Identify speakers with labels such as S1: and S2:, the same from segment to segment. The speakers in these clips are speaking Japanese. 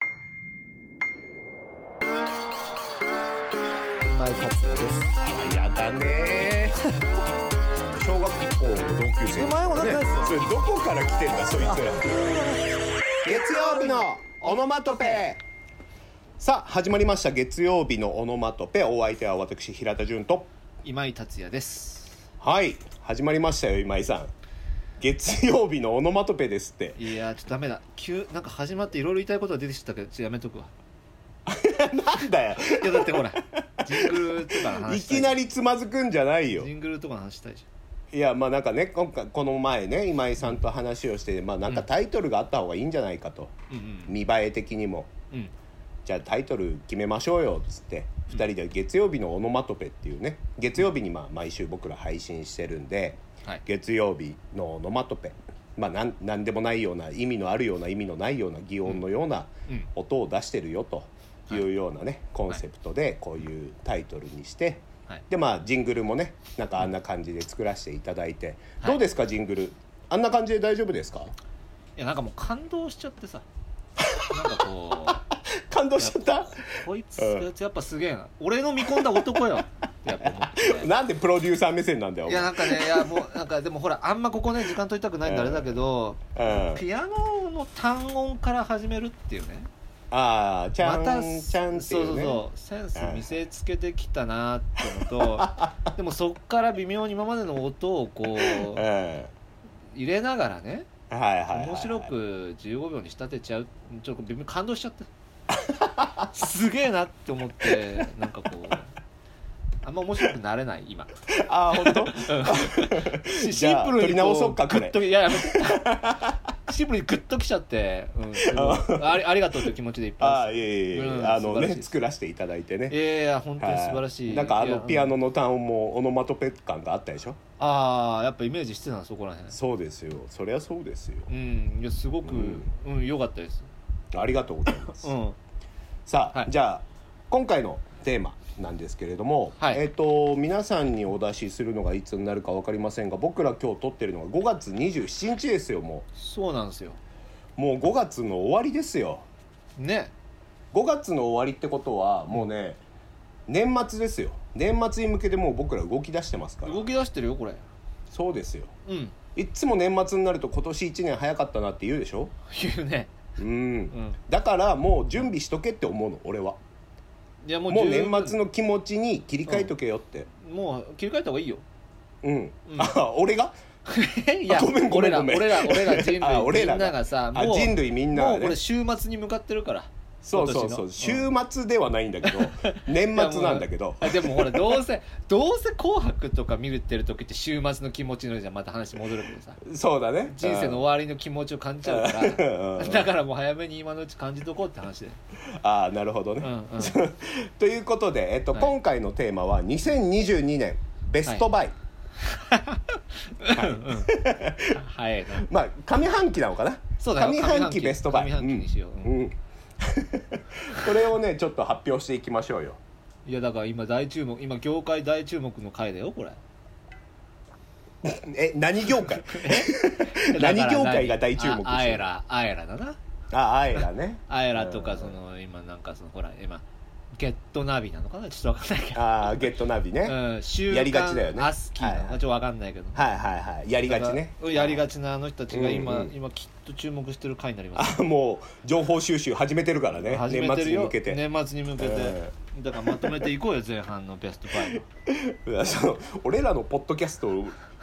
S1: 今井達也 です
S2: あやだねー小学校の同級生
S1: お前も仲良いっすよ
S2: それどこから来てんだそいつら月曜日のオノマトペさあ始まりました月曜日のオノマトペお相手は私平田純と
S3: 今井達也です
S2: はい始まりましたよ今井さん月曜日のオノマトペですって
S3: いやーちょっとダメだ急なんか始まっていろいろ言いたいことが出てきたけどちょっとやめとくわ
S2: なんだよ
S3: いやだってほ らジングルとかの話
S2: い
S3: したい
S2: きなりつまずくんじゃないよ
S3: ジングルとかの話したいじ
S2: いやまあなんかね今回この前ね今井さんと話をしてまあなんかタイトルがあった方がいいんじゃないかと、
S3: ゃんうん
S2: 見栄え的にも
S3: うんうん
S2: じゃあタイトル決めましょうよっつって2人で月曜日のオノマトペっていうね月曜日にまあ毎週僕ら配信してるんで
S3: はい
S2: 月曜日のオノマトペまあなんなんでもないような意味のあるような意味のないような擬音のような
S3: うんうん
S2: 音を出してるよというようなねコンセプトでこういうタイトルにして
S3: はい
S2: でまあジングルもねなんかあんな感じで作らせていただいて
S3: はい
S2: どうですかジングルあんな感じで大丈夫ですか
S3: いやなんかもう感動しちゃって さなんかこ
S2: 感動しちゃった
S3: うこいつ
S2: うん
S3: こいつやっぱすげえな俺の見込んだ男よってやっぱ思ってね
S2: なんでプロデューサー目線なんだよお
S3: い
S2: 前
S3: やなんかねいやもうなんかでもほらあんまここね時間取りたくないんであれだけど、
S2: うん
S3: ピアノの単音から始めるっていうね
S2: ああちゃん、
S3: また
S2: ちゃんっていうね
S3: そうそうそうセンス見せつけてきたなってのと でもそっから微妙に今までの音をこ
S2: うん
S3: う
S2: はい
S3: 入れながらね
S2: はいはい、はい、
S3: 面白く15秒に仕立てちゃうちょっと微妙に感動しちゃってすげえなって思ってなんかこうあんま面白くなれない今
S2: ああ本当
S3: シ
S2: じゃあ
S3: シンプルにこ
S2: 撮り直そうかこれ
S3: グッといややめて シンプルにグッときちゃって、うん、すごい ありありがとうという気持ちでいっ
S2: あ
S3: ぱ
S2: あ
S3: い
S2: いえいえいえ、
S3: うん
S2: あの
S3: 素晴らしい
S2: ね
S3: です
S2: 作らせていただいて
S3: ですい
S2: ね
S3: やいや本当に素晴らしい、
S2: はなんかあのピアノ
S3: ノ
S2: の単音もオノマトペ感があったでしょ
S3: ああやっぱイメージしてたのそこらへん
S2: そうですよそりゃそうですよ
S3: うんいやすごく
S2: うん
S3: うん良、かったです
S2: ありがとうございます、
S3: うん
S2: さあ、
S3: はい
S2: じゃあ今回のテーマなんですけれども、
S3: はい
S2: えっ、と皆さんにお出しするのがいつになるかわかりませんが僕ら今日撮ってるのが5月27日ですよも
S3: そうなんですよ
S2: うもう5月の終わりですよ
S3: ね
S2: 5月の終わりってことはもうね、年末ですよ年末に向けてもう僕ら動き出してますから
S3: 動き出してるよこれ
S2: そうですよ
S3: うん
S2: いっつも年末になると今年1年早かったなって言うでしょ
S3: 言うね
S2: うん、
S3: うん
S2: だからもう準備しとけって思うの俺はい
S3: やもう
S2: もう
S3: 十分
S2: 年末の気持ちに切り替えとけよって
S3: もう切り替えた方がいいよ
S2: うん、
S3: うん
S2: あ俺が
S3: いや
S2: あごめんごめんごめん
S3: 俺ら俺ら俺ら人
S2: あ
S3: 類
S2: 俺らが
S3: みんながさ
S2: あ
S3: もう
S2: 人類みんな
S3: も
S2: が
S3: うこ
S2: ね
S3: れ週末に向かってるから
S2: そうそうそう、週末ではないんだけど年末なんだけど
S3: あでもほらどうせ どうせ「紅白」とか見るってる時って週末の気持ちのじゃんまた話戻るけどさ
S2: そうだね
S3: 人生の終わりの気持ちを感じちゃうか
S2: うんう
S3: ら
S2: ん
S3: だからもう早めに今のうち感じとこうって話で
S2: うんああなるほどね、
S3: うんうん
S2: ということで、えっと
S3: はい
S2: 今回のテーマは2022年ベストバイ、
S3: 早いな
S2: まあ上半期なのかな
S3: そうだよ
S2: 上半期ベストバイ
S3: 上半期にしよう
S2: うん
S3: う
S2: うん これをねちょっと発表していきましょうよ
S3: いやだから今大注目今業界大注目の回だよこれ
S2: え何業界 何業界が大注目してる
S3: あアエラアエラだな
S2: ああえらね
S3: アエラと
S2: う
S3: か
S2: ん
S3: その今なんかそのほら今ゲットナビなのかなちょっと分かんないけど
S2: あーゲットナビね、はい
S3: うん、週
S2: やりがちだよね
S3: アスキーなのか
S2: はいはい
S3: ちょっと分かんないけど
S2: はいはいやりがちね
S3: だからやりがちなあの人たちが今、
S2: うんうん
S3: 今きっと注目してる回になります
S2: あもう情報収集始めてるからね
S3: 始
S2: 年
S3: めて
S2: 末
S3: る
S2: に
S3: よ
S2: 向けて、
S3: 年末に向けて、
S2: え
S3: だからまとめていこうよ前半のベスト 5
S2: いやその俺らのポッドキャスト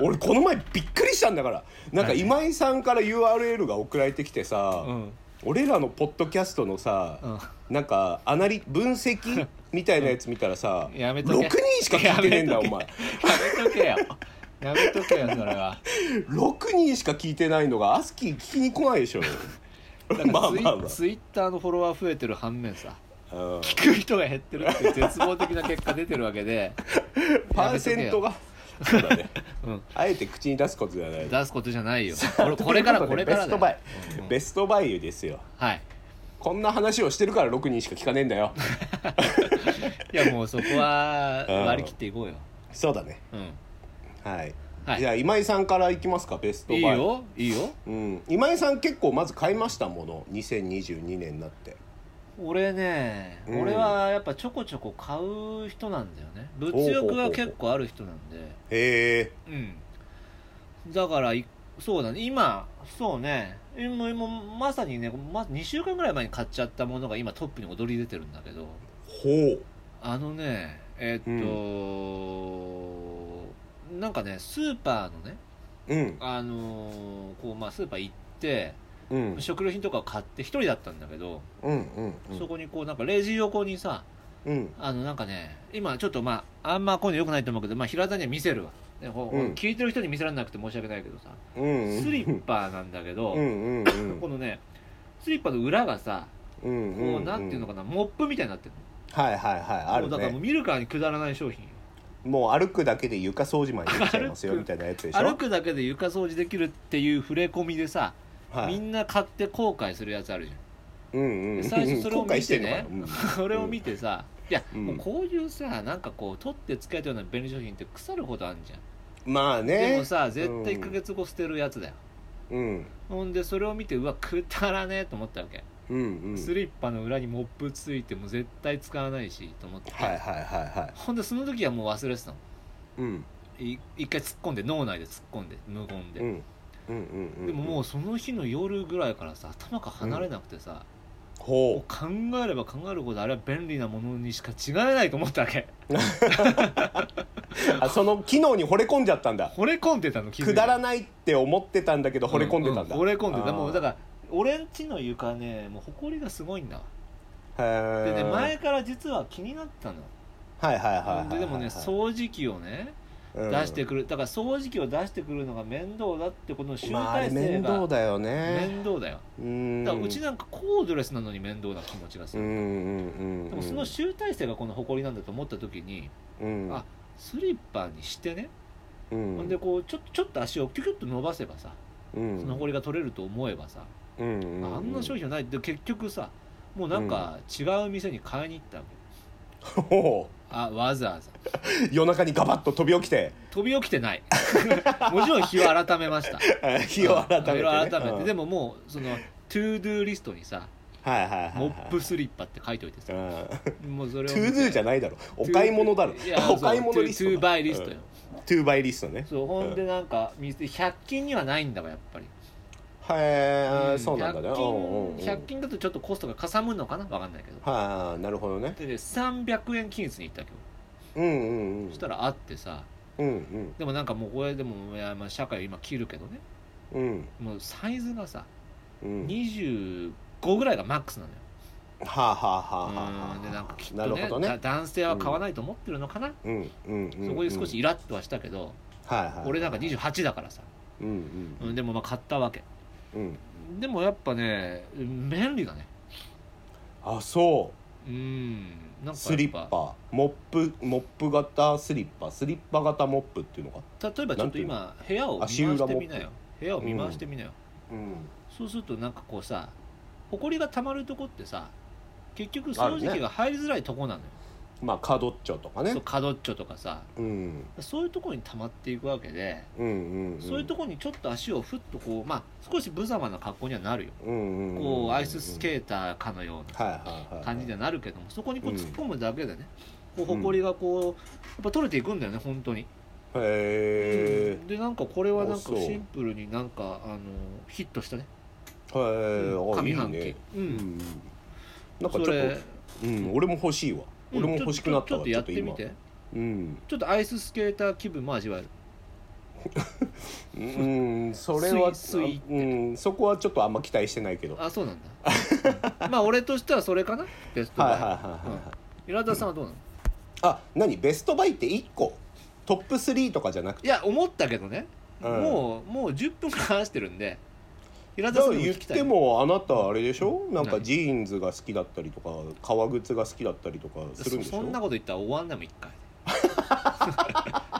S2: 俺この前びっくりしたんだからなんか今井さんから URL が送られてきてさ、
S3: うん
S2: 俺らのポッドキャストのさ、なんかアナリ分析みたいなやつ見たらさ、
S3: うんやめとけ
S2: 6人しか聞いてねえんだお前
S3: やめとけよやめとけよそれ は
S2: 6人しか聞いてないのがアスキー聞きに来ないでしょ
S3: だからツイ,、
S2: まあまあまあ
S3: ツイッターのフォロワー増えてる反面さ
S2: うん
S3: 聞く人が減ってるっていう絶望的な結果出てるわけで
S2: パーセントがそうだね
S3: うん
S2: あえて口に出すことじゃない
S3: 出すことじゃ ないよ俺これから
S2: という
S3: こ
S2: ことで
S3: れから
S2: ベス
S3: だ
S2: ト
S3: よ
S2: バイ、
S3: うん
S2: ベストバイですよ
S3: はい
S2: こんな話をしてるから6人しか聞かねえんだよ
S3: いやもうそこは割り切っていこうよ
S2: そうだね
S3: うん
S2: はい、
S3: はい
S2: じゃあ今井さんからいきますかベストバ
S3: い
S2: イ
S3: いよいいよ
S2: うん、今井さん結構まず買いましたもの2022年になって
S3: 俺ね、
S2: うん
S3: 俺はやっぱちょこちょこ買う人なんだよね物欲が結構ある人なんで
S2: へえ
S3: うんだからいそうだね今そうね今今まさにね、ま、2週間ぐらい前に買っちゃったものが今トップに躍り出てるんだけど
S2: ほう
S3: あのねえっと、なんかねスーパーのね
S2: うん
S3: あのーこうまあスーパー行って
S2: うん
S3: 食料品とかを買って一人だったんだけど、
S2: うんうん
S3: そこにこうなんかレジ横にさ
S2: うん
S3: あのなんかね今ちょっとまああんまこういうのよくないと思うけど、まあ、平田には見せるわ、ねこう
S2: うん
S3: 聞いてる人に見せられなくて申し訳ないけどさ
S2: うんうん
S3: スリッパなんだけど、
S2: うんうんうん
S3: このねスリッパの裏がさ
S2: うん
S3: こうなんていうの
S2: か
S3: かなモップみたいになってる
S2: はいはいはいあ
S3: もう
S2: る
S3: だからもう
S2: ね
S3: 見るからにくだらない商品よ
S2: もう歩くだけで床掃除までできちゃいますよみたいなやつでしょ
S3: 歩くだけで床掃除できるっていう触れ込みでさ、
S2: は
S3: み
S2: い
S3: んな買って後悔するやつあるじゃん
S2: うんうん
S3: 最初それを
S2: 後悔
S3: 見
S2: して
S3: て
S2: んの
S3: ね
S2: かなうん
S3: それを見てさ、いや、
S2: うん
S3: もうこういうさなんかこう取って使えたような便利商品って腐るほどあるじゃん、
S2: まあ
S3: で
S2: ね
S3: もさ絶対
S2: う
S3: 1
S2: ん
S3: ヶ月後捨てるやつだよ、
S2: うん
S3: ほんでそれを見てうわくだらねえと思ったわけ、
S2: うんうん
S3: スリッパの裏にモップついても絶対使わないしと思って、
S2: はいはいはいは
S3: ほんでその時はもう忘れてたの
S2: いうん
S3: い一回突っ込んで脳内で突っ込んで無言で、
S2: うんうんうんうん
S3: でももうその日の夜ぐらいからさ頭が離れなくてさ、もう
S2: ほ
S3: 考えれば考えるほどあれは便利なものにしか違えないと思ったわけ
S2: うあその機能に惚れ込んじゃったんだ
S3: 惚れ込んでたの気づい
S2: くだらないって思ってたんだけど惚れ込んでたんだ
S3: うう惚れ込んでた
S2: あー
S3: もうだから俺んちの床ねもう埃がすごいんだわで
S2: へ
S3: ね
S2: え
S3: 前から実は気になったの
S2: はいはいはいはいはい
S3: ででもね掃除機をね
S2: うん
S3: 出してくるだから掃除機を出してくるのが面倒だってことの集
S2: まああれ
S3: 大成
S2: 面倒
S3: が
S2: だよね
S3: 面倒だよ
S2: うん
S3: だからうちなんかコードレスなのに面倒な気持ちがす
S2: うんうん
S3: る
S2: うんうん
S3: でもその集大成がこの埃なんだと思った時に
S2: うん
S3: あスリッパにしてね
S2: うん
S3: ほんでこうちょっとちょっと足をキュキュッと伸ばせばさ
S2: うん
S3: その埃が取れると思えばさ
S2: うんうんうん
S3: あんな商品はないで結局さもうなんか違う店に買いに行ったわけ、
S2: ほう
S3: あわざわざ
S2: 夜中にガバッと飛び起きて
S3: 飛び起きてない もちろん日を改めました
S2: 日を改めてね
S3: 日を改めてで
S2: も
S3: ももうそのトゥードゥーリストにさ
S2: はいはいはいはい
S3: モップスリッパって書いといて
S2: う
S3: さ
S2: ん
S3: もうそれ
S2: ト
S3: を
S2: ゥードゥーじゃ
S3: な
S2: ないだろお買い物だろお買い物リスト
S3: ト
S2: だ
S3: ゥーバイリストよ
S2: うんトゥーバイリストね
S3: そうほんでなんか店100均にはないんだわやっぱり
S2: へ
S3: う
S2: え
S3: ん
S2: そうなんだね
S3: 100
S2: うんうんうん
S3: 均100均だとちょっとコストがかさむのかなわかんないけど
S2: はいなるほどね
S3: でね300円均一に行ったわけど
S2: うんうんうん
S3: そしたらあってさ
S2: うんうん
S3: でもなんかもうこれでもいやまあ社会を今切るけどね
S2: うん
S3: もうサイズがさ
S2: うん
S3: 25ぐらいがマックスなのよ
S2: はあはあはあはあはあ
S3: うんでなんかきっ
S2: な
S3: と
S2: る
S3: ね
S2: ほど
S3: だ
S2: ね
S3: 男性は買わないと思ってるのかな、
S2: うんうんうん
S3: そこで少しイラッとはしたけど、
S2: はいはい
S3: 俺なんか28だからさ、
S2: うんうん
S3: うん、でもまあ買ったわけ
S2: うん
S3: でもやっぱね便利だね
S2: あそう
S3: うんなんかやっぱ
S2: スリッパモップモップ型スリッパスリッパ型モップっていうのか
S3: 例えばちょっと今部屋を見回してみなよ部屋を見回してみなよ、
S2: うん
S3: そうするとなんかこうさ埃が溜まるとこってさ結局掃除機が入りづらいとこなのよ、
S2: まあカドッチョとかね
S3: そう角っちょとかさ
S2: うん
S3: そういうとこに溜まっていくわけで、
S2: うんうんん
S3: そういうとこにちょっと足をふっとこうまあ少し無様な格好にはなるよ、
S2: うんうんうん
S3: こうアイススケーターかのよう
S2: はいはいは
S3: ない感じにはなるけどもそこにこう
S2: うん
S3: 突っ込むだけでね、こう埃がこうやっぱ取れていくんだよね本当に、
S2: へ
S3: でなんかこれはなん
S2: あ
S3: か
S2: そう
S3: シンプルになんかあのヒットしたね
S2: えへえあ
S3: 上半期
S2: いいね
S3: うん
S2: うんなんかちょっ
S3: それ
S2: とうん俺も欲しいわ俺も欲しくなった
S3: うん
S2: わ
S3: ちょっとちょっとや
S2: ちょ
S3: ってみて
S2: っと今うん
S3: ちょっとアイススケーター気分も味 わえる
S2: うんそれは
S3: スイスイって
S2: うんそこはちょっとあんま期待してないけどはい
S3: あそうなんだ、うんまあ俺としてはそれかなベストバ
S2: はい
S3: イ、
S2: はいはいはい
S3: 平田さんはどうなの、
S2: あ何ベストバイって1個トップ3とかじゃなくて
S3: いや思ったけどね、
S2: うん
S3: もうもう10分間話してるんで平田
S2: だ
S3: さ
S2: から
S3: んにも
S2: 言っ
S3: 聞きたい
S2: てもあなたあれでしょなんか
S3: 何
S2: ジーンズが好きだったりとか革靴が好きだったりとかするん
S3: そ
S2: でしょ
S3: そんなこと言ったら終わんなもん一回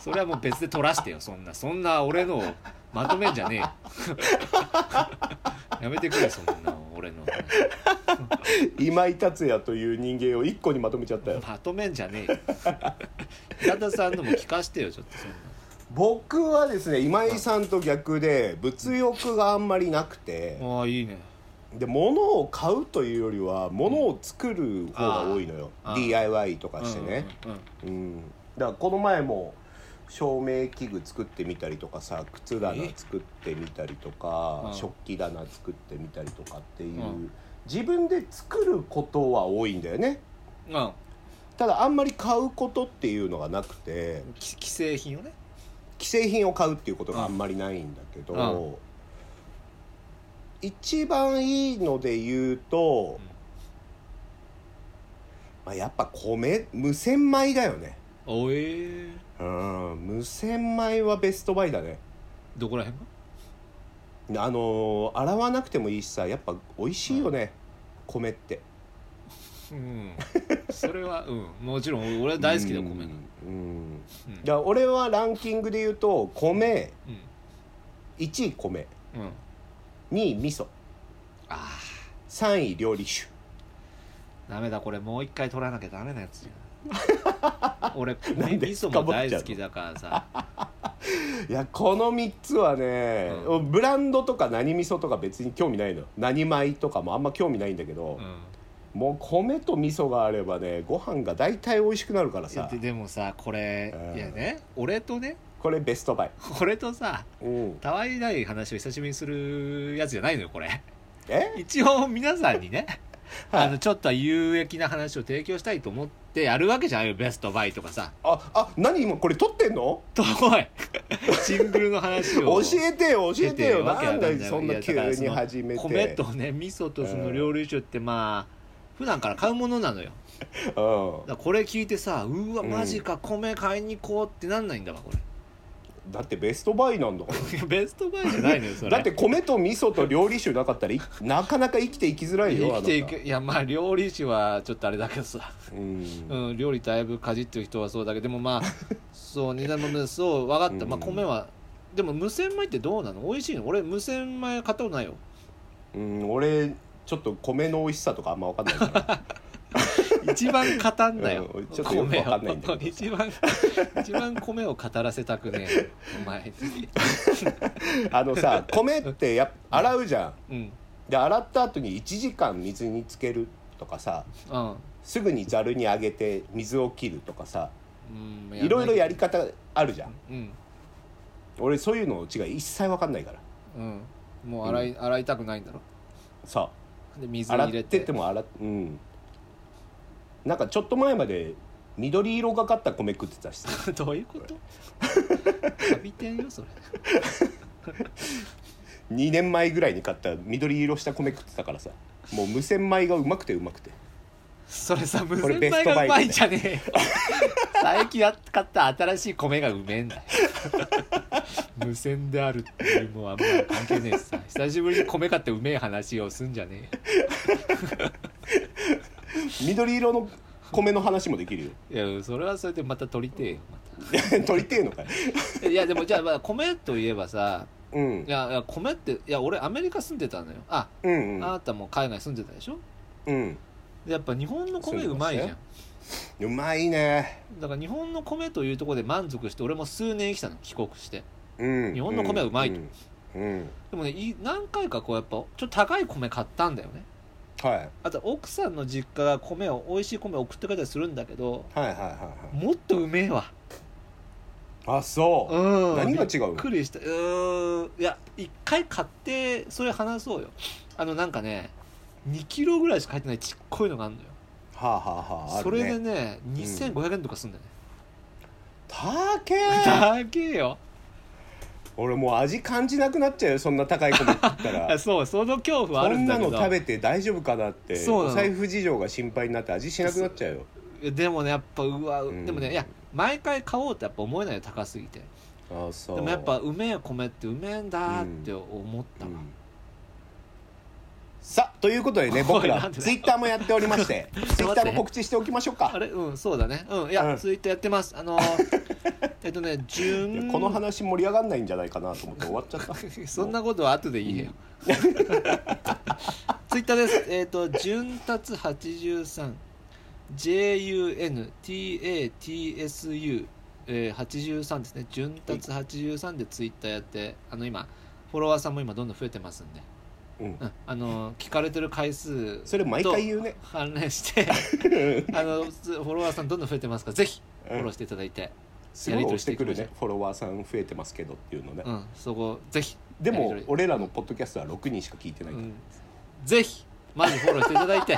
S3: それはもう別で取らしてよそんなそんな俺のをまとめんじゃねえよ やめてくれそんな俺の
S2: 今井達也という人間を1個にまとめちゃったよ
S3: まとめんじゃねえよ平田さんのも聞かしてよちょっとそんな
S2: 僕はですね今井さんと逆で物欲があんまりなくて
S3: ああいいね
S2: で物を買うというよりは物を作る方が多いのよ
S3: あーあー
S2: DIY とかしてね
S3: うん
S2: う
S3: うん
S2: ん、だからこの前も照明器具作ってみたりとかさ靴棚
S3: え
S2: 作ってみたりとか
S3: うん
S2: 食器棚作ってみたりとかっていう、
S3: うん
S2: 自分で作ることは多いんだよね
S3: うんうん
S2: ただあんまり買うことっていうのがなくて
S3: き既製品をね
S2: 既製品を買うっていうことがあんまりないんだけど、一番いいので言うと、
S3: うん
S2: まあ、やっぱ米無洗米だよね
S3: おえー
S2: うん無洗米はベストバイだね
S3: どこら辺が
S2: あのー洗わなくてもいいしさやっぱ美味しいよね、米って
S3: うんそれはうんもちろん俺は大好きだよ米が
S2: うん、うん
S3: うん
S2: だから俺はランキングで言うと米
S3: うん
S2: 1位米
S3: うん
S2: 2位味噌
S3: あ
S2: 3位料理酒
S3: ーダメだこれもう一回取らなきゃダメなやつじ ゃん俺味
S2: なんで
S3: 噌も大好きだからさ
S2: いやこの3つはね、
S3: う
S2: ブランドとか何味噌とか別に興味ないの何米とかもあんま興味ないんだけど
S3: う、ん
S2: もう米と味噌があればねご飯が大体美味しくなるから
S3: いや
S2: さ
S3: ででもさこれ
S2: うん
S3: いやね俺とね
S2: これベストバイ、
S3: 俺とさ
S2: うん、
S3: たわいない話を久しぶりにするやつじゃないのよこ れ
S2: え
S3: 一応皆さんにね
S2: はい
S3: あのちょっとは有益な話を提供したいと思ってやるわけじゃないよベストバイとかさ
S2: ああ何今これ撮ってんの
S3: とおいシングルの話
S2: 教
S3: を
S2: えてよ教えてよ
S3: わけ
S2: な
S3: わか
S2: ん
S3: んない
S2: だそんな急に始めて
S3: 米とね味噌とその料理酒ってまあ普段から買うものなのよだからこれ聞いてさうわ
S2: うん
S3: マジか米買いに行こうってなんないんだわこれ
S2: うん、だってベストバイなんだから
S3: ベストバイじゃないのよそれ
S2: だって米と味噌と料理酒なかったらいなかなか生きていきづらいよ
S3: 生きてい
S2: あ
S3: くいやまあ料理酒はちょっとあれだけどさ、
S2: なたうん
S3: うん、料理だいぶかじってる人はそうだけどでもまあ そう二段目そう分かった、まあ、
S2: うん
S3: 米はでも無洗米ってどうなの美味しいの俺無洗米買ったことな いよ
S2: うん、俺ちょっと米の美味しさとかあんま分かんないから
S3: 一番語んなよ、
S2: うんちょっとよくわかんないんだけど
S3: 米を 一番一番米を語らせたくねえ お前に
S2: あのさ米ってやっぱ洗うじゃん
S3: うん
S2: で洗った後に1時間水につけるとかさ
S3: うん
S2: すぐにざるにあげて水を切るとかさ
S3: うん
S2: いろいろやり方あるじゃん
S3: うん
S2: 俺そういうの違い一切分かんないから
S3: うんもう洗い、洗いたくないんだろ
S2: さ
S3: で水に
S2: 洗っ
S3: 入
S2: て
S3: れ
S2: ってて も洗っうんなんかちょっと前まで緑色がかった米食ってたしさ
S3: どういうことカビてんよそれ
S2: 2年前ぐらいに買った緑色した米食ってたからさもう無洗米がうまくてうまくて
S3: それさ無
S2: これ
S3: 洗
S2: ベス
S3: 米
S2: ト
S3: が
S2: バイ
S3: うまいんじゃねえよ 最近買った新しい米がうめえんだよ 無線であるっていうのはあんまり関係ねえしさ久しぶりに米買ってうめえ話をすんじゃね
S2: 緑色の米の話もできるよ
S3: えよいやそれはそれでまた取りてえよ、ま
S2: 取りてえのかい
S3: た、いやでもじゃあまあ米といえばさ
S2: うん
S3: いやいや米っていや俺アメリカ住んでたのよあ、
S2: うんう
S3: あ
S2: ん
S3: なたも海外住んでたでしょ
S2: うん
S3: でやっぱ日本の米うまいじゃ
S2: そうんうまいね
S3: だから日本の米というところで満足して俺も数年生きたの帰国して
S2: うん
S3: 日本の米はうまいと
S2: うん、うん
S3: でもねい何回かこうやっぱちょっと高い米買ったんだよね
S2: はい
S3: あと奥さんの実家が米を美味しい米を送ってくれたりするんだけど
S2: はいはいはい
S3: もっとうめえわ
S2: はいあそうう、
S3: ん
S2: 何が違う
S3: びっくりしたうーんいや一回買ってそれ話そうよあのなんかね2キロぐらいしか入ってないちっこいのがあるのよ、
S2: はあはあはああるね
S3: それでね2500円とかすんだよね、
S2: 高え
S3: だけよ
S2: 俺もう味感じなくなっちゃうよそんな高い米食ったら
S3: そうその恐怖はあ
S2: こ
S3: る
S2: ん
S3: んだ
S2: な
S3: けど
S2: の食べて大丈夫かなって
S3: そう
S2: お
S3: なの
S2: 財布事情が心配になって味しなくなっちゃうよ
S3: いやでもねやっぱうわ、
S2: ん
S3: でもねいや毎回買おうってやっぱ思えないよ高すぎて
S2: あそう
S3: でもやっぱ、うめえ米ってうめえんだって思っ
S2: う
S3: たわ、
S2: んさあということでね
S3: おい
S2: 僕
S3: な
S2: ら
S3: んで
S2: ツイッターもやっておりまして ツイッターも告知しておきましょう
S3: あ
S2: か
S3: れうんそうだねうんいや、
S2: うん
S3: ツイッターやってますあの ーえっとね
S2: いや
S3: 順
S2: この話盛り上がんないんじゃないかなと思って終わっちゃった
S3: そんなことは後で言えよツイッターですえっ、と順達 83JUNTATSU83、えー83ですね順達83でツイッターやってあの今フォロワーさんも今どんどん増えてますんで
S2: うん
S3: うんあの聞かれてる回数
S2: それ毎回言うね
S3: と関連してあのフォロワーさんどんどん増えてますからぜひフォローしていただいて、
S2: すごい押してくる
S3: や
S2: ね
S3: り取りしていきましょ
S2: フォロワーさん増えてますけどっていうのね、
S3: うんそこぜひ
S2: でも
S3: やり取り
S2: 俺らのポッドキャストは6人しか聞いてないか
S3: う
S2: ら、
S3: んぜひまずフォローしていただいて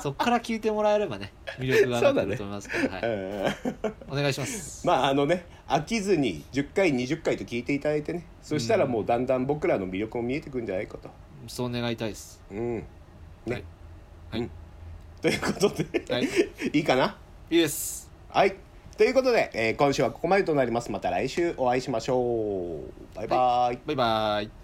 S3: そこから聞いてもらえればね魅力が上がってると思いますから、はい、
S2: えー
S3: お願いします、
S2: まああのね飽きずに10回20回と聞いていただいてねそしたらもうだんだん僕らの魅力も見えてくるんじゃないかと
S3: そう願いたいです
S2: うんね、
S3: はいはい
S2: うんということで、
S3: はい
S2: い、 いかない
S3: いです
S2: はいということで、えー今週はここまでとなりますまた来週お会いしましょうバイバイ、
S3: バイバイ